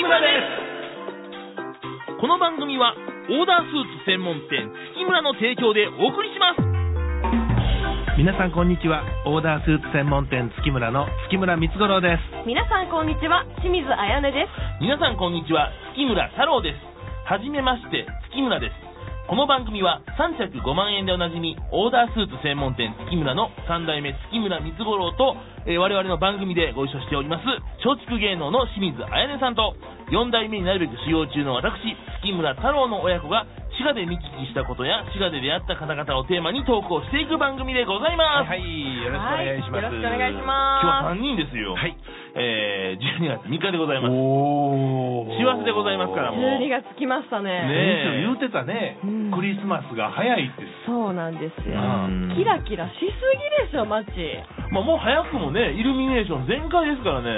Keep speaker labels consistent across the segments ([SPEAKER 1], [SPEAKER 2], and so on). [SPEAKER 1] 村ですこの番組はオーダースーツ専門店月村の提供でお送りします
[SPEAKER 2] 皆さんこんにちはオーダースーツ専門店月村の月村光五郎です
[SPEAKER 3] 皆さんこんにちは清水彩音です
[SPEAKER 1] 皆さんこんにちは月村太郎ですはじめまして月村ですこの番組は3着5万円でおなじみオーダースーツ専門店月村の3代目月村光五郎と、えー我々の番組でご一緒しております松竹芸能の清水彩音さんと4代目になるべく使用中の私月村太郎の親子が滋賀で見聞きしたことや滋賀で出会った方々をテーマに投稿していく番組でございます、
[SPEAKER 2] はいよろしくお願いします、
[SPEAKER 3] はいよろしくお願いしま
[SPEAKER 1] 今日は3人ですよ
[SPEAKER 2] はい
[SPEAKER 1] えー、12月3日でございます
[SPEAKER 2] おー
[SPEAKER 1] 幸せでございますから
[SPEAKER 3] す
[SPEAKER 1] もう
[SPEAKER 3] 12月来ましたね
[SPEAKER 2] ねえ言うてたね、
[SPEAKER 3] うん
[SPEAKER 2] クリスマスが早いって
[SPEAKER 3] そうなんですよ
[SPEAKER 1] うん
[SPEAKER 3] キラキラしすぎでしょ街ね
[SPEAKER 1] まあ、もう早くもね、イルミネーション全開ですからね。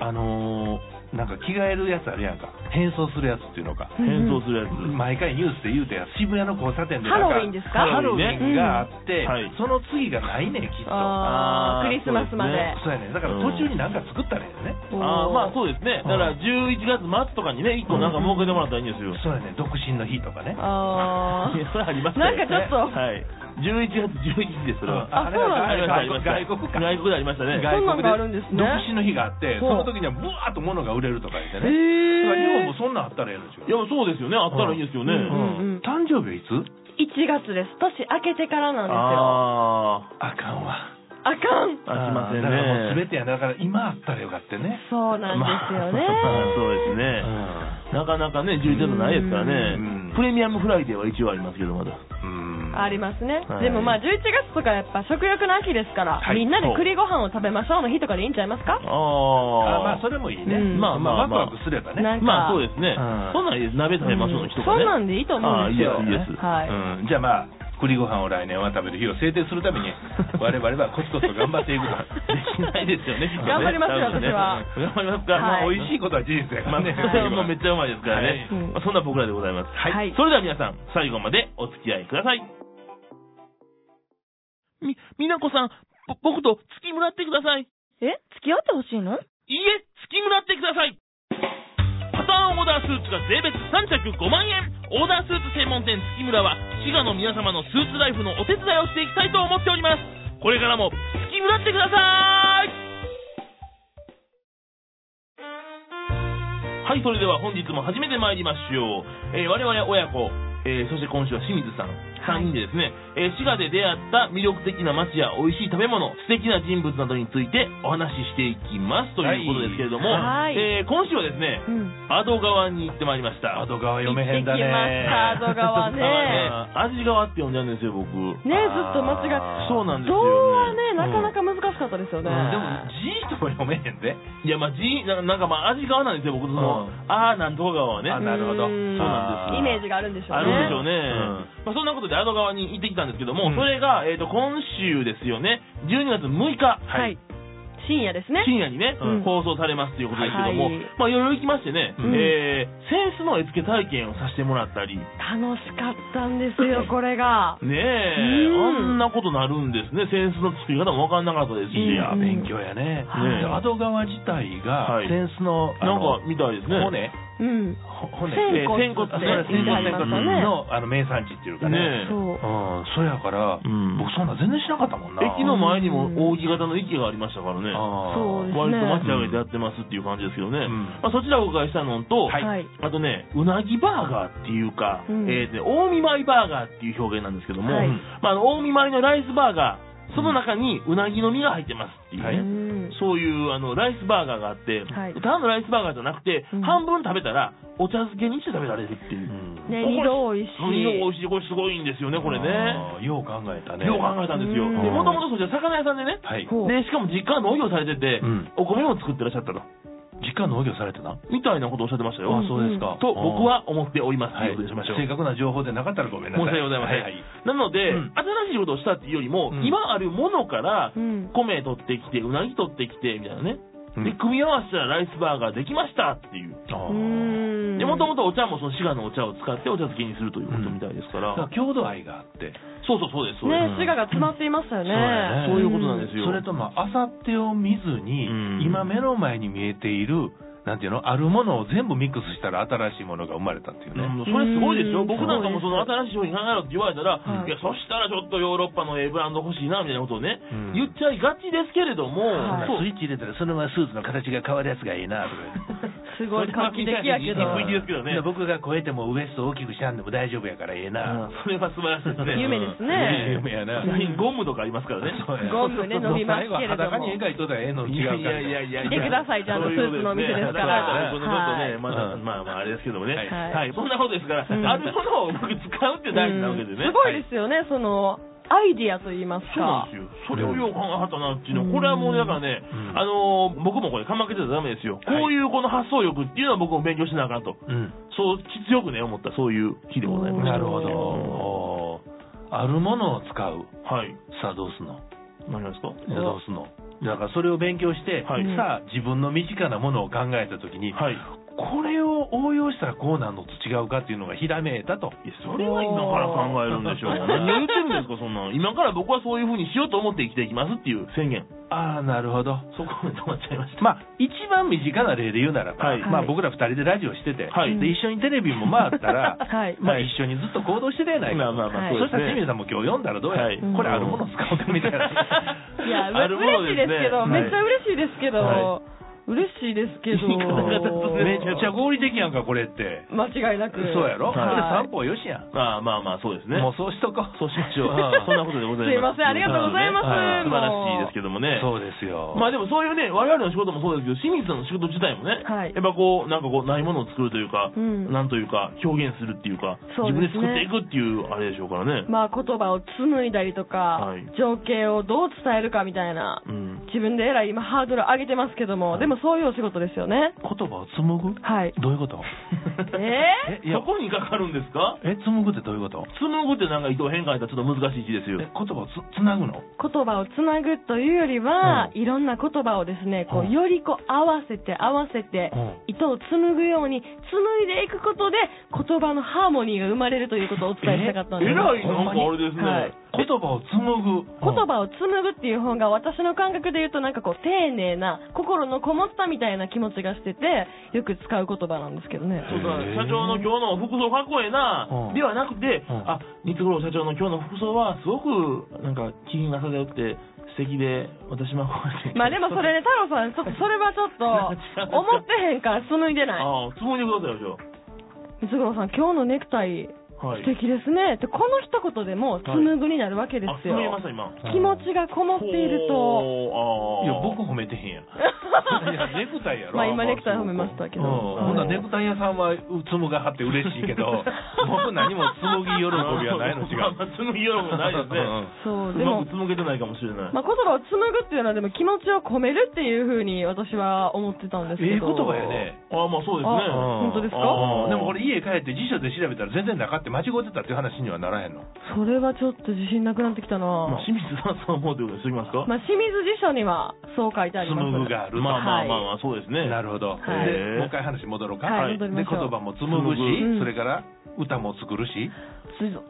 [SPEAKER 2] あのー、なんか着替えるやつあるやんか変装するやつっていうのか
[SPEAKER 3] うん
[SPEAKER 1] 変装するやつ。
[SPEAKER 2] 毎回ニュースで言うてや渋谷の交差点でなん
[SPEAKER 3] ハ
[SPEAKER 2] か
[SPEAKER 3] ロウィンですか
[SPEAKER 2] ハロウィンがあっ
[SPEAKER 1] うん
[SPEAKER 2] て、
[SPEAKER 1] はい
[SPEAKER 2] その次がないねんきっと
[SPEAKER 3] あ
[SPEAKER 1] あ
[SPEAKER 3] ークリ
[SPEAKER 1] ー
[SPEAKER 3] スマスまで
[SPEAKER 1] そう
[SPEAKER 2] そうやねんだから途中になんか作ったらええね、
[SPEAKER 3] おー
[SPEAKER 1] あーまあそうですね。だから
[SPEAKER 2] うん
[SPEAKER 1] 11月末とかにね、1個なんか儲けてもらったらいいんですよ。
[SPEAKER 2] そうやねん独身の日とかね
[SPEAKER 3] あ
[SPEAKER 1] いや
[SPEAKER 3] ー
[SPEAKER 1] それありました
[SPEAKER 3] なん
[SPEAKER 1] よ
[SPEAKER 3] かちょっと
[SPEAKER 1] はい。11月11日です、それは。
[SPEAKER 2] あれは
[SPEAKER 1] ありました、ありました。
[SPEAKER 2] 外国か
[SPEAKER 1] 外国でありましたね。
[SPEAKER 3] 外そんなんがあるんですね
[SPEAKER 2] 独身の日があってそ
[SPEAKER 3] ほう
[SPEAKER 2] の時にはブワーッと物が売れれるとか言って
[SPEAKER 3] へ
[SPEAKER 2] ねだから日本
[SPEAKER 3] ー
[SPEAKER 2] もそんなんあったらええのちゅう
[SPEAKER 1] いや、そうですよね。あったらいいんですよね。
[SPEAKER 3] うんうん
[SPEAKER 2] 誕生日はいつ
[SPEAKER 3] 1月です年明けてからなんですよ
[SPEAKER 1] あ
[SPEAKER 2] あかんわ
[SPEAKER 3] あかん
[SPEAKER 1] あしませんね
[SPEAKER 2] だからもう全てやねだから今あったらよかったね
[SPEAKER 3] そうなんですよね
[SPEAKER 1] あ。 そうです
[SPEAKER 2] う
[SPEAKER 1] ね。なかなかね、11月ないですから
[SPEAKER 2] うん
[SPEAKER 1] ね。プレミアムフライデーは一応ありますけど、まだ。
[SPEAKER 2] ん
[SPEAKER 3] ありますね、
[SPEAKER 1] はい
[SPEAKER 3] でもまあ11月とかやっぱ食欲の秋ですから、
[SPEAKER 2] はい
[SPEAKER 3] みんなで栗ご飯を食べましょうの日とかでいいんちゃいますか
[SPEAKER 1] あ
[SPEAKER 2] あ
[SPEAKER 1] あ
[SPEAKER 2] まあそれもいいね、
[SPEAKER 3] うん
[SPEAKER 2] まあまあ
[SPEAKER 1] まあまあ
[SPEAKER 2] ワクワクすればね
[SPEAKER 3] なんか
[SPEAKER 1] まあそうですね
[SPEAKER 2] うん。
[SPEAKER 1] そんなんいいです鍋食べましょうの人
[SPEAKER 3] そ
[SPEAKER 1] が
[SPEAKER 3] う
[SPEAKER 1] ね。
[SPEAKER 3] なんでいいと思
[SPEAKER 1] あ
[SPEAKER 3] う
[SPEAKER 1] あ
[SPEAKER 3] ん
[SPEAKER 1] いい
[SPEAKER 3] ですよ
[SPEAKER 1] ですいいです。
[SPEAKER 3] はい
[SPEAKER 2] うん、じゃあまあ栗ご飯を来年は食べる日を制定するために我々はコツコツと頑張っていくと
[SPEAKER 1] できないですよね。きっとね
[SPEAKER 3] 頑張りますよ
[SPEAKER 1] 多分ね
[SPEAKER 3] 私は
[SPEAKER 1] 頑張りますか。
[SPEAKER 3] はい
[SPEAKER 1] まあ
[SPEAKER 2] まあ
[SPEAKER 1] 美味
[SPEAKER 2] 美
[SPEAKER 1] しい。
[SPEAKER 2] 味しいことは事実やか
[SPEAKER 1] ま
[SPEAKER 2] ら
[SPEAKER 1] あ、
[SPEAKER 2] ね、
[SPEAKER 1] もうめっちゃうまいですからね。
[SPEAKER 3] はいうん
[SPEAKER 1] まあそんな僕らでございます。
[SPEAKER 3] はい
[SPEAKER 1] それでは皆さん、最後までお付き合いください。み、みなこさん、ぼ僕と付きもらってください。
[SPEAKER 4] え付き合ってほしいの
[SPEAKER 1] いいえ、月村ってくださいパターンオーダースーツが税別3着5万円オーダースーツ専門店月村は滋賀の皆様のスーツライフのお手伝いをしていきたいと思っておりますこれからも月村ってくださいはい、それでは本日も始めてまいりましょう。えー我々親子、えーそして今週は清水さん、3人でですね、えー滋賀で出会った魅力的な街や美味しい食べ物、素敵な人物などについてお話ししていきますということですけれども、
[SPEAKER 3] はい
[SPEAKER 1] えー今週はですね、
[SPEAKER 3] うん
[SPEAKER 1] アド川に行ってまいりました。
[SPEAKER 2] アド川読めへんだね
[SPEAKER 3] 行ってきましたアド川ね
[SPEAKER 1] 川ね。味川って呼んじゃうんですよ、僕。
[SPEAKER 3] ねずっと間違って
[SPEAKER 1] そうなんです
[SPEAKER 3] 童
[SPEAKER 1] よ、ね。
[SPEAKER 3] 話ねな
[SPEAKER 1] うん
[SPEAKER 3] かなか難しかったですよね、
[SPEAKER 2] うんでも字とも読めへんで
[SPEAKER 1] いや、まあ、じななんかまあ、味川なんですよ、僕その、
[SPEAKER 2] うん
[SPEAKER 1] あーなんとか川はね。
[SPEAKER 2] あなるほど
[SPEAKER 3] うーん
[SPEAKER 1] そうなんですよ
[SPEAKER 3] イメージがあるんでしょうね
[SPEAKER 1] あるんでしょうね、
[SPEAKER 2] う
[SPEAKER 1] まあ、そんなことでアド川に行ってきたんですけども、
[SPEAKER 2] うん
[SPEAKER 1] それが、えー、と今週ですよね12月6日、
[SPEAKER 3] はい、深夜ですね
[SPEAKER 1] 深夜にね、
[SPEAKER 3] うん
[SPEAKER 1] 放送されますということですけども、
[SPEAKER 3] はい
[SPEAKER 1] まあ、いろいろ行きましてね、
[SPEAKER 2] うん
[SPEAKER 1] えーセンスの絵付け体験をさせてもらったりね
[SPEAKER 3] 楽しかったんですよこれが
[SPEAKER 1] え、
[SPEAKER 3] うん
[SPEAKER 1] あんなことなるんですねセンスの作り方も分かんなかったですし、
[SPEAKER 2] いや
[SPEAKER 3] うん
[SPEAKER 2] 勉強やね、
[SPEAKER 1] はい
[SPEAKER 2] でアド川自体
[SPEAKER 1] は
[SPEAKER 2] が
[SPEAKER 1] い
[SPEAKER 2] センスの,、あ
[SPEAKER 1] なんか
[SPEAKER 2] の
[SPEAKER 1] みたいですね
[SPEAKER 2] 骨
[SPEAKER 3] うん
[SPEAKER 2] ほ骨
[SPEAKER 3] 仙骨
[SPEAKER 1] 仙
[SPEAKER 3] っ
[SPEAKER 1] 骨
[SPEAKER 3] て
[SPEAKER 2] あそ
[SPEAKER 3] 言
[SPEAKER 2] れ
[SPEAKER 3] っ
[SPEAKER 2] は
[SPEAKER 3] てありましたね
[SPEAKER 2] 仙骨のあの名産地っていうかね
[SPEAKER 1] ね
[SPEAKER 3] そう
[SPEAKER 2] うんそうやから、
[SPEAKER 1] ん
[SPEAKER 2] 僕そんな全然しなかったもんな
[SPEAKER 1] 駅の前にも扇形の駅がありましたからね、
[SPEAKER 2] あ
[SPEAKER 3] そうです
[SPEAKER 2] ー
[SPEAKER 3] ね
[SPEAKER 1] 割と街上げてやってますっていう感じですけどね、
[SPEAKER 2] うん
[SPEAKER 1] まあ、そちらをお伺いしたのと、
[SPEAKER 2] はい
[SPEAKER 3] はい
[SPEAKER 1] あとね、うなぎバーガーっていうか、
[SPEAKER 3] うん
[SPEAKER 1] えーとね大見舞いバーガーっていう表現なんですけども、
[SPEAKER 3] はい
[SPEAKER 1] まあ、あの大見舞いのライスバーガー、その中にうなぎの身が入ってますっていうね。
[SPEAKER 2] は
[SPEAKER 3] うん
[SPEAKER 2] い
[SPEAKER 1] そういうあのライスバーガーがあって、
[SPEAKER 3] はい
[SPEAKER 1] ただのライスバーガーじゃなくて、
[SPEAKER 3] うん
[SPEAKER 1] 半分食べたらお茶漬けにして食べられるっていうう、
[SPEAKER 2] ん
[SPEAKER 3] ね二度おいしい
[SPEAKER 1] 美味しいこれすごいんですよねこれね
[SPEAKER 2] あーよう考えたね
[SPEAKER 1] よう考えたんですよ
[SPEAKER 3] うん
[SPEAKER 1] でもともとそちら魚屋さんでね
[SPEAKER 2] はい
[SPEAKER 3] ほう
[SPEAKER 1] でしかも実家は農業されてて、
[SPEAKER 2] うん
[SPEAKER 1] お米も作ってらっしゃったと
[SPEAKER 2] 実家農業されてな
[SPEAKER 1] みたいなことをおっしゃってましたよ、
[SPEAKER 3] あそうですか
[SPEAKER 1] と僕は思っておりますと
[SPEAKER 2] はいいう
[SPEAKER 1] ことにしましょう、
[SPEAKER 2] 正確な情報でなかったらごめんな
[SPEAKER 1] 申
[SPEAKER 2] さい
[SPEAKER 1] し訳ございません、
[SPEAKER 2] はいはい
[SPEAKER 1] なので、
[SPEAKER 2] うん
[SPEAKER 1] 新しいことをしたっていうよりも、
[SPEAKER 2] うん
[SPEAKER 1] 今あるものから
[SPEAKER 3] うん
[SPEAKER 1] 米取ってきてうなぎ取ってきてみたいなね、
[SPEAKER 2] うん
[SPEAKER 1] で組み合わせたらライスバーガーできましたっていう
[SPEAKER 2] あー
[SPEAKER 3] うん
[SPEAKER 1] でもともとお茶もその滋賀のお茶を使ってお茶漬けにするということみたいですか
[SPEAKER 2] だ
[SPEAKER 1] ら、
[SPEAKER 2] から郷土愛があって
[SPEAKER 1] そうそうそうですそうです、
[SPEAKER 3] ね滋賀が詰まっていましたよね
[SPEAKER 2] そ
[SPEAKER 1] そう
[SPEAKER 2] うだね
[SPEAKER 1] いうことなんですよ、
[SPEAKER 2] それとまああさってを見ずに、
[SPEAKER 1] うん
[SPEAKER 2] 今目の前に見えているなんていうのあるものを全部ミックスしたら新しいものが生まれたっていうね、
[SPEAKER 1] うんそれすごいですよ、
[SPEAKER 4] うん
[SPEAKER 1] 僕なんかもその
[SPEAKER 4] そう
[SPEAKER 1] 新しい商品考えろって言われたら、
[SPEAKER 4] は
[SPEAKER 1] い
[SPEAKER 4] い
[SPEAKER 1] やそしたらちょっとヨーロッパのええブランド欲しいなみたいなことをね、
[SPEAKER 2] うん
[SPEAKER 1] 言っちゃいがちですけれども、
[SPEAKER 4] はい
[SPEAKER 1] そう
[SPEAKER 2] スイッチ入れたらそのままスーツの形が変わるやつがいいなとか言って
[SPEAKER 4] すごい画期的やけ
[SPEAKER 1] それは
[SPEAKER 4] ど
[SPEAKER 1] 画期的。ですけどね
[SPEAKER 2] で僕が超えてもウエスト大きくしはんでも大丈夫やからええな、
[SPEAKER 1] それは素晴らしいですね。
[SPEAKER 4] 夢です
[SPEAKER 2] いい
[SPEAKER 4] ね。
[SPEAKER 2] 夢やな
[SPEAKER 1] ちなみにゴムとかありますからね。
[SPEAKER 2] そうや
[SPEAKER 4] ゴムね飲みますけれども
[SPEAKER 2] 最後は裸に絵描いとったらええのに違うから
[SPEAKER 1] いやいやいやいや
[SPEAKER 4] 見てくださいちゃんとスーツのお店ですから
[SPEAKER 1] そういうことですねだからこのちょっと
[SPEAKER 2] はい
[SPEAKER 1] ね、まだまあまああれですけどもね。
[SPEAKER 2] はい
[SPEAKER 4] は
[SPEAKER 1] はい、
[SPEAKER 4] い
[SPEAKER 1] そんなことですから、
[SPEAKER 4] ん
[SPEAKER 1] あるものをうまく使うって大事なわけでね。
[SPEAKER 4] うんすごいですよね、その、アイディアと言います
[SPEAKER 1] そうな
[SPEAKER 4] か
[SPEAKER 1] んで。すよ。それをよう考えはったなっていうのは、これはもうだからね、
[SPEAKER 2] うん
[SPEAKER 1] あのー僕もこれ、かまけてたらダメですよ。
[SPEAKER 2] はい
[SPEAKER 1] こういうこの発想力っていうのは僕も勉強しなあかんと。
[SPEAKER 2] うん
[SPEAKER 1] そう、強くね、思った、そういう日でございます。
[SPEAKER 2] なるほど
[SPEAKER 4] うん
[SPEAKER 2] おーあるものを使う
[SPEAKER 1] はい。
[SPEAKER 2] さあどうすんの
[SPEAKER 1] 何がですか
[SPEAKER 2] じゃあどうすんのだからそれを勉強して、
[SPEAKER 1] はい
[SPEAKER 2] さあ自分の身近なものを考えた時に、
[SPEAKER 1] はい。
[SPEAKER 2] これを応用したらこうなんのと違うかっていうのがひらめいたと
[SPEAKER 1] いや、それは今から考えるんでしょうか。
[SPEAKER 2] おー
[SPEAKER 1] 何言ってるんですか、そんなの。今から僕はそういう風にしようと思って生きていきますっていう宣言。
[SPEAKER 2] ああなるほど
[SPEAKER 1] そこで止まっちゃいました。
[SPEAKER 2] まあ、一番身近な例で言うならば、
[SPEAKER 1] はい
[SPEAKER 4] は
[SPEAKER 2] まあ、
[SPEAKER 4] い
[SPEAKER 2] 僕ら二人でラジオしてて、
[SPEAKER 1] はい
[SPEAKER 2] で一緒にテレビも回っ たら、
[SPEAKER 4] はい
[SPEAKER 2] まあ、
[SPEAKER 1] はい
[SPEAKER 2] 一緒にずっと行動してたやない
[SPEAKER 1] ま
[SPEAKER 2] か、
[SPEAKER 1] あまあまあ
[SPEAKER 4] はい
[SPEAKER 1] そ
[SPEAKER 2] そうし
[SPEAKER 1] です
[SPEAKER 2] たら
[SPEAKER 1] ね
[SPEAKER 2] 清水さんも今日読んだらどうや、
[SPEAKER 1] はい
[SPEAKER 2] これあるもの使おうかみたいな。
[SPEAKER 4] いや、う
[SPEAKER 1] あるもの
[SPEAKER 4] 嬉しいですけど、
[SPEAKER 1] ですね
[SPEAKER 4] めっちゃ嬉しいですけ
[SPEAKER 1] は
[SPEAKER 4] ど、嬉しいですけど
[SPEAKER 1] 言い方が突然
[SPEAKER 2] めっちゃ合理的やんか、これって。
[SPEAKER 4] 間違いなく。
[SPEAKER 2] そうや
[SPEAKER 4] は
[SPEAKER 2] ろ、
[SPEAKER 4] い
[SPEAKER 2] で散歩よしやん、
[SPEAKER 1] まあまあまあ、そうですね。
[SPEAKER 2] もうそうしとこう。
[SPEAKER 1] そうしましょう
[SPEAKER 2] ん。
[SPEAKER 1] そんなことでございます。
[SPEAKER 4] すいませんありがとうございます
[SPEAKER 1] はい素晴らしい
[SPEAKER 4] もう
[SPEAKER 1] ですけどもね。
[SPEAKER 2] そうですよ。
[SPEAKER 1] まあでもそういうね、我々の仕事もそうですけど、清水さんの仕事自体もね、
[SPEAKER 4] はい
[SPEAKER 1] やっぱこう、なんかこう、ないものを作るというか、
[SPEAKER 4] うん
[SPEAKER 1] なんというか、表現するっていうか、
[SPEAKER 4] そうですね
[SPEAKER 1] 自分で作っていくっていう、あれでしょうからね。
[SPEAKER 4] まあ言葉を紡いだりとか
[SPEAKER 1] はい、
[SPEAKER 4] 情景をどう伝えるかみたいな。
[SPEAKER 1] うん。
[SPEAKER 4] 自分でえらい今ハードル上げてますけども、でもそういうお仕事ですよね。
[SPEAKER 2] 言葉を紡ぐ
[SPEAKER 4] はい。
[SPEAKER 2] どういう こと
[SPEAKER 4] え
[SPEAKER 2] えいや
[SPEAKER 1] そこにかかるんですか
[SPEAKER 2] え、紡ぐってどういうこと
[SPEAKER 1] 紡ぐってなんか意図変換したらちょっと難しい字です
[SPEAKER 2] え
[SPEAKER 1] よ
[SPEAKER 2] 言。葉をつつなぐ
[SPEAKER 4] ー
[SPEAKER 2] の
[SPEAKER 4] 言葉をつなぐというよりは、いろんな言葉をですね、こ
[SPEAKER 2] うん
[SPEAKER 4] う、よりこう合わせて合わせて、
[SPEAKER 2] うん
[SPEAKER 4] 糸を紡ぐように紡いでいくことで、言葉のハーモニーが生まれるということをお伝えしたかったん
[SPEAKER 1] え
[SPEAKER 4] です。
[SPEAKER 1] らいなんかあれですね。
[SPEAKER 4] はい
[SPEAKER 2] 言葉を紡ぐ。
[SPEAKER 4] 言葉を紡ぐっていう方が私の感覚で言うとなんかこう丁寧な心のこもったみたいな気持ちがしててよく使う言葉なんですけどね
[SPEAKER 1] そうだ
[SPEAKER 2] へー
[SPEAKER 1] 社長の今日の服装かっこええな、
[SPEAKER 2] うん
[SPEAKER 1] ではなくて、
[SPEAKER 2] うん
[SPEAKER 1] あ、三つ五郎社長の今日の服装はすごくなんか気品が漂って素敵で私も憧れて
[SPEAKER 4] まあでもそれね太郎さんちょっとそれはちょっと思ってへんから紡いで ない
[SPEAKER 1] ああ、つむいでくださいよ、
[SPEAKER 4] 三つ郎さん今日のネクタイ
[SPEAKER 1] じゃあ。はい。
[SPEAKER 4] 素敵ですねってこの一言でもう紡ぐになるわけで
[SPEAKER 1] あ、つ
[SPEAKER 4] す
[SPEAKER 1] むいで
[SPEAKER 4] よ
[SPEAKER 1] ました、今。
[SPEAKER 2] た
[SPEAKER 4] 気持ちがこもっていると
[SPEAKER 1] ほ
[SPEAKER 2] いうや
[SPEAKER 1] ああ。、
[SPEAKER 2] 僕
[SPEAKER 1] も。
[SPEAKER 2] 褒めてへんやん。 いや、ネクタイやろ。
[SPEAKER 4] まあ今ネクタイ褒めましたけど
[SPEAKER 2] うん、ほんな
[SPEAKER 4] は
[SPEAKER 2] ら
[SPEAKER 4] い
[SPEAKER 2] ネクタイ屋さんはうつむがはって嬉しいけ ど、僕何もつむぎ喜びはな いの違 う。
[SPEAKER 1] つむぎ喜びはないですね。
[SPEAKER 4] そう
[SPEAKER 1] う
[SPEAKER 4] で
[SPEAKER 1] ま
[SPEAKER 4] も
[SPEAKER 1] くつむげてないかもしれない。
[SPEAKER 4] まあ、言葉を紡ぐっていうのはでも気持ちを込めるっていうふうに私は思ってたんですけど
[SPEAKER 2] ええ言葉やね。
[SPEAKER 1] ああ、まあそうですね。
[SPEAKER 2] うん
[SPEAKER 4] あ本当ですか
[SPEAKER 1] ああ
[SPEAKER 2] でもこれ家帰って辞書で調べたら全然なかって間違ってたっていう話にはならへんの。
[SPEAKER 4] それはちょっと自信なくなってきたな、
[SPEAKER 1] ま
[SPEAKER 4] ま
[SPEAKER 1] あ、清水さんはそう思うということにしときますか。
[SPEAKER 4] あ、清水辞書にはそう書いてあり
[SPEAKER 2] つ
[SPEAKER 4] ます
[SPEAKER 2] むぐがあると。
[SPEAKER 1] まあまあ
[SPEAKER 4] はい
[SPEAKER 1] まあまあ、そうですね。
[SPEAKER 2] なるほど。
[SPEAKER 4] はい
[SPEAKER 2] で、もう一回話戻ろうか。
[SPEAKER 4] はい戻
[SPEAKER 2] で、
[SPEAKER 4] り
[SPEAKER 2] 言
[SPEAKER 4] ましょう
[SPEAKER 2] 葉も紡ぐ
[SPEAKER 1] 紡
[SPEAKER 4] ぐう
[SPEAKER 2] し、
[SPEAKER 4] ん
[SPEAKER 2] それから歌も作るし。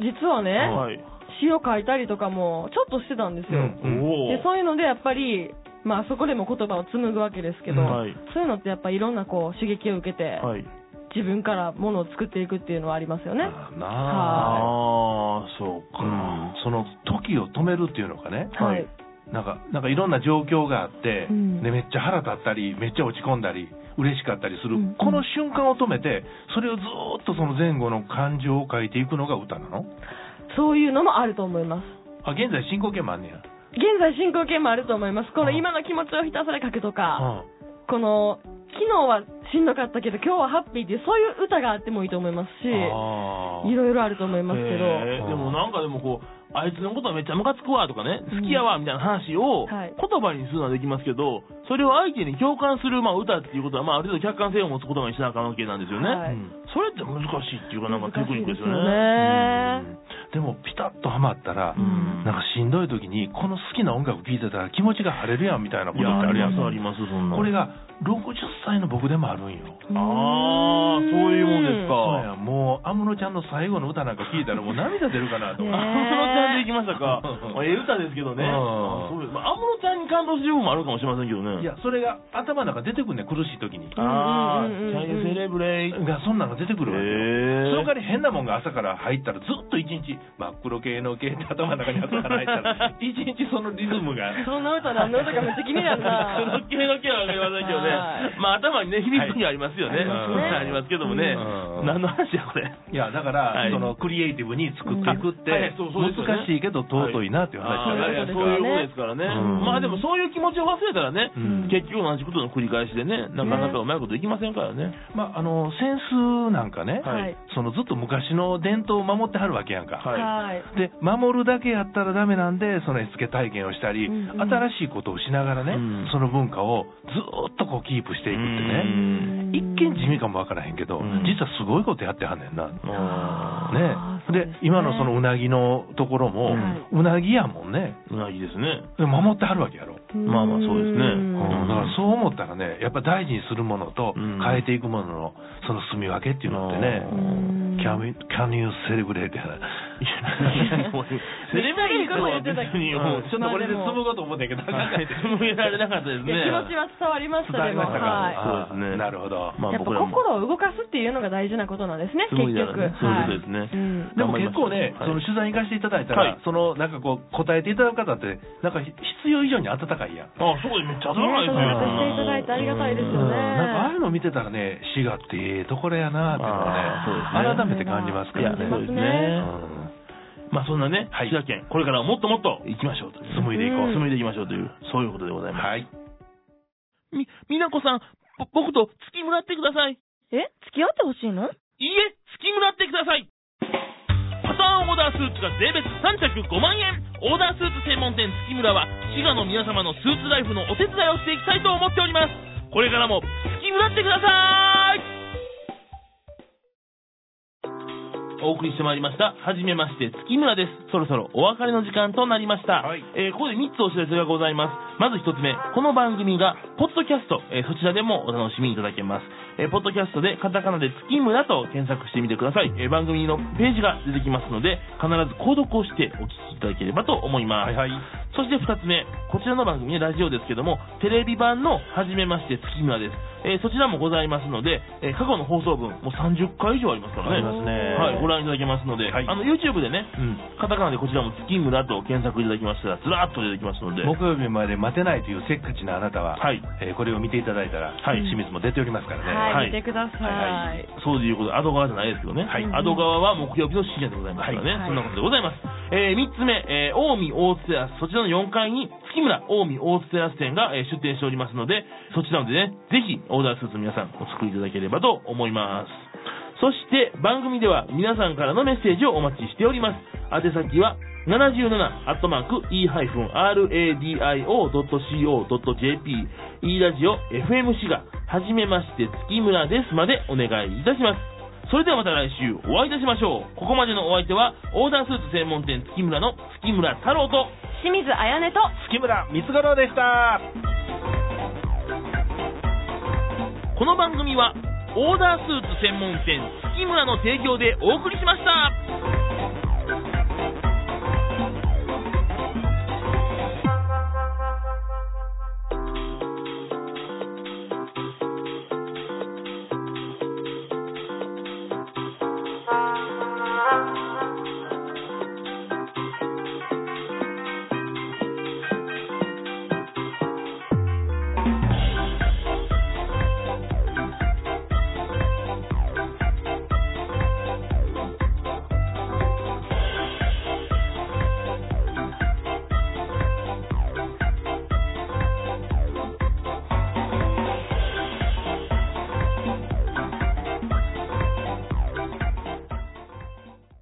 [SPEAKER 4] じ実はね、
[SPEAKER 1] はい。
[SPEAKER 4] 詩を書いたりとかもちょっとしてたんですよ、
[SPEAKER 2] うん
[SPEAKER 1] おお。
[SPEAKER 4] でそういうのでやっぱりまあそこでも言葉を紡ぐわけですけど、
[SPEAKER 2] うん
[SPEAKER 1] はい
[SPEAKER 4] そういうのってやっぱいろんなこう刺激を受けて、
[SPEAKER 1] はい。
[SPEAKER 4] 自分からものを作っていくっていうのはありますよね
[SPEAKER 2] ああなあ。
[SPEAKER 1] ああ、そうか。
[SPEAKER 2] うんその時を止めるっていうのかね、
[SPEAKER 4] はい、
[SPEAKER 2] なんかなんかいろんな状況があって、
[SPEAKER 4] うん
[SPEAKER 2] でめっちゃ腹立ったり、めっちゃ落ち込んだり、嬉しかったりする、
[SPEAKER 4] うん
[SPEAKER 2] この瞬間を止めて、それをずーっとその前後の感情を書いていくのが歌なの
[SPEAKER 4] そういうのもあると思います
[SPEAKER 2] あ現在進行形もあんねや、
[SPEAKER 4] 現在進行形もあると思いますこの
[SPEAKER 2] うん
[SPEAKER 4] 今の気持ちをひたすら書くとか、
[SPEAKER 2] うん
[SPEAKER 4] この昨日はしんどかったけど今日はハッピーっていうそういう歌があってもいいと思いますしい
[SPEAKER 2] あー
[SPEAKER 4] ろいろあると思いますけど
[SPEAKER 1] へーでもなんかでもこう、あいつのことはめっちゃムカつくわとかね、好きやわみたいな話を
[SPEAKER 4] はい
[SPEAKER 1] 言葉にするのはできますけど、それを相手に共感するまあ歌っていうことは、まあ、ある程度客観性を持つことがしなあかんわけなんですよね。
[SPEAKER 4] はい
[SPEAKER 2] うん
[SPEAKER 1] それって難しいっていうか、なんかテクニックですよね。
[SPEAKER 4] 難しいですよね
[SPEAKER 2] でもピタッとはまったら、
[SPEAKER 4] ん
[SPEAKER 2] なんかしんどい時にこの好きな音楽聴いてたら気持ちが晴れるやんみたいな
[SPEAKER 1] い
[SPEAKER 2] こと
[SPEAKER 1] や、
[SPEAKER 2] って
[SPEAKER 1] あ
[SPEAKER 2] あ
[SPEAKER 1] り
[SPEAKER 2] るや
[SPEAKER 1] ま
[SPEAKER 2] ん
[SPEAKER 1] すあります、そんな。
[SPEAKER 2] これが60歳の僕でもある
[SPEAKER 1] るんよ。
[SPEAKER 4] ん
[SPEAKER 1] ああ、そういうもんです
[SPEAKER 2] そう
[SPEAKER 1] か。
[SPEAKER 2] やもう安室ちゃんの最後の歌なんか聞いたらもう涙出るかなと思って
[SPEAKER 1] 安
[SPEAKER 4] ね
[SPEAKER 1] 室ちゃんで行きましたか。
[SPEAKER 2] うん
[SPEAKER 1] ま あええ歌ですけどね。
[SPEAKER 2] うん
[SPEAKER 1] あそうですまあ安室ちゃんに感動する部分もあるかもしれませんけどね。
[SPEAKER 2] いやそれが頭の中出てくんねん苦しい時に
[SPEAKER 1] ああ、
[SPEAKER 4] うんうんうんうん
[SPEAKER 1] チャイルセレブレイト。
[SPEAKER 2] がそんなの出てくるわけよ
[SPEAKER 1] へ
[SPEAKER 2] その代 わ
[SPEAKER 1] り、
[SPEAKER 2] り変なもんが朝から入ったらずっと一日真っ黒系の系って頭の中に朝から入った ら一日そのリズムが
[SPEAKER 4] そんな歌何の歌かめっちゃ気になる
[SPEAKER 1] その
[SPEAKER 4] な。
[SPEAKER 1] 気の気はわかりませんけど
[SPEAKER 4] は
[SPEAKER 1] ね。まあ頭にね、響くにはありますよね。
[SPEAKER 2] はい
[SPEAKER 1] ありますけどもね
[SPEAKER 2] う。ん
[SPEAKER 1] 何の話や、これ。
[SPEAKER 2] いやだか
[SPEAKER 1] は
[SPEAKER 2] ら
[SPEAKER 1] い
[SPEAKER 2] そのクリエイティブに作っていくって
[SPEAKER 1] うんはいそうそうですよね
[SPEAKER 2] 難しいけど尊いなっていう話じゃ
[SPEAKER 1] あ
[SPEAKER 2] な
[SPEAKER 1] あ
[SPEAKER 2] い
[SPEAKER 1] い
[SPEAKER 2] で
[SPEAKER 1] や
[SPEAKER 2] す
[SPEAKER 1] そ
[SPEAKER 2] か
[SPEAKER 1] ういうことですからね。
[SPEAKER 2] うん
[SPEAKER 1] まあでもそういう気持ちを忘れたらね、
[SPEAKER 2] うん
[SPEAKER 1] 結局同じことの繰り返しでね、なかなかうまいこといきませんからね。
[SPEAKER 2] まああの扇子なんかね
[SPEAKER 4] はい
[SPEAKER 2] そのずっと昔の伝統を守ってはるわけやんか
[SPEAKER 1] はい
[SPEAKER 4] はい。
[SPEAKER 2] で守るだけやったらダメなんでその絵付け体験をしたり、
[SPEAKER 4] うんうん
[SPEAKER 2] 新しいことをしながらね、
[SPEAKER 1] うん
[SPEAKER 2] その文化をずーっとこうキープしていくってね、
[SPEAKER 4] うん
[SPEAKER 2] 一見地味かもわからへんけど、
[SPEAKER 1] うん
[SPEAKER 2] 実はすごいことやってはんねんな、ね
[SPEAKER 1] あ
[SPEAKER 4] あーそうですね
[SPEAKER 2] 今のそのうなぎのところも、うなぎやもんね
[SPEAKER 1] ーうなぎですね。
[SPEAKER 2] で守ってはるわけやろ、
[SPEAKER 1] まあまあそうですね
[SPEAKER 2] うんんだからそう思ったらねやっぱ大事にするものと
[SPEAKER 1] うん
[SPEAKER 2] 変えていくもののその住み分けっていうのってね、
[SPEAKER 1] う
[SPEAKER 2] キャ can, we- can you celebrate って
[SPEAKER 1] セレブレイトは別にもう、
[SPEAKER 2] ちょっとこれでつむごと思ったけど、考えて
[SPEAKER 1] 紡げられなかったです
[SPEAKER 4] い
[SPEAKER 1] ね。
[SPEAKER 4] や気持ちは伝わりました
[SPEAKER 2] 伝わ
[SPEAKER 4] で
[SPEAKER 2] り
[SPEAKER 4] も。
[SPEAKER 2] ましたか
[SPEAKER 4] はい。
[SPEAKER 1] はいそうですね
[SPEAKER 2] なるほど。
[SPEAKER 1] まあ
[SPEAKER 4] やっぱ
[SPEAKER 1] 僕らも
[SPEAKER 4] 心を動かすっていうのが大事なことなんですね、
[SPEAKER 1] す
[SPEAKER 4] 結
[SPEAKER 1] ごい
[SPEAKER 4] 局。
[SPEAKER 1] だからねそういうことですね
[SPEAKER 4] はいうん
[SPEAKER 2] でも結構ね、
[SPEAKER 1] はい
[SPEAKER 2] その取材に行かせていただいた
[SPEAKER 1] は
[SPEAKER 2] ら、
[SPEAKER 1] い
[SPEAKER 2] そのなんかこう、答えていただく方って、なんかひ必要以上に温かいやん。
[SPEAKER 1] あ、そうです。めっちゃ頭がいいです
[SPEAKER 2] ねそう
[SPEAKER 4] していただいてありがたいです
[SPEAKER 2] う
[SPEAKER 4] よ
[SPEAKER 2] ん
[SPEAKER 4] ね
[SPEAKER 2] なんかああいうの見てたらね、滋賀ってええところやなっていうの
[SPEAKER 1] あー
[SPEAKER 2] はね、
[SPEAKER 1] そう
[SPEAKER 2] 改
[SPEAKER 1] ですね
[SPEAKER 2] めて感じますか
[SPEAKER 1] いや、
[SPEAKER 2] ら
[SPEAKER 1] そ
[SPEAKER 2] ね。
[SPEAKER 1] うですね
[SPEAKER 2] うん。
[SPEAKER 1] まあそんなね、滋賀県、これからはもっともっと行きましょうという。紡いでいこう。
[SPEAKER 4] うん
[SPEAKER 1] 紡いでいきましょうという、そういうことでございます。
[SPEAKER 2] はい。
[SPEAKER 1] み、みなこさん、ぼ僕と月村ってください。
[SPEAKER 5] え付き合ってほしいの
[SPEAKER 1] いいえ、月村ってください。パターンオーダースーツが税別3着5万円。オーダースーツ専門店月村は、滋賀の皆様のスーツライフのお手伝いをしていきたいと思っております。これからも、月村ってくださいお送りしてまいりました。はじめまして、月村です。そろそろお別れの時間となりました。
[SPEAKER 2] はい
[SPEAKER 1] えーここで3つお知らせがございます。まず1つ目、この番組が、ポッドキャスト、えーそちらでもお楽しみいただけます。えーポッドキャストでカタカナで月村と検索してみてください。えー番組のページが出てきますので、必ず購読をしてお聞きいただければと思います。
[SPEAKER 2] はいはい。
[SPEAKER 1] そして2つ目、こちらの番組ね、ラジオですけども、テレビ版の、はじめまして、月村です。えーそちらもございますので、えー過去の放送分、もう30回以上ありますからね。
[SPEAKER 2] ありますね
[SPEAKER 1] はい、ご覧いただけますので、
[SPEAKER 2] はい
[SPEAKER 1] あの、YouTube でね、
[SPEAKER 2] うん。
[SPEAKER 1] カタカナでこちらも月村と検索いただきましたら、ずらっと出てきますので、
[SPEAKER 2] 木曜日まで待てないというせっかちなあなたは、
[SPEAKER 1] はい
[SPEAKER 2] えーこれを見ていただいたら、
[SPEAKER 1] い
[SPEAKER 2] 清水も出ておりますからね。
[SPEAKER 1] は
[SPEAKER 4] はいい、見てください。
[SPEAKER 1] そういうことで、アド側じゃないですけどね、
[SPEAKER 2] はい
[SPEAKER 1] アド側は木曜日の深夜でございますからね、
[SPEAKER 5] はい
[SPEAKER 1] そんなことでございます。えー、3つ目、えー、近江大津屋、そちらの4階に、月村近江大津屋店が、えー出店しておりますので、そちらのでね、ぜひ、オーダースーツ皆さん、お作りいただければと思います。そして、番組では、皆さんからのメッセージをお待ちしております。宛先は、77アットマーク e-radio.co.jp e ラジオ FM シがはじめまして月村ですまでお願いいたしますそれではまた来週お会いいたしましょうここまでのお相手はオーダースーツ専門店月村の月村太郎と
[SPEAKER 4] 清水彩音と、
[SPEAKER 2] 月村光五郎でした。
[SPEAKER 1] この番組はオーダースーツ専門店月村の提供でお送りしました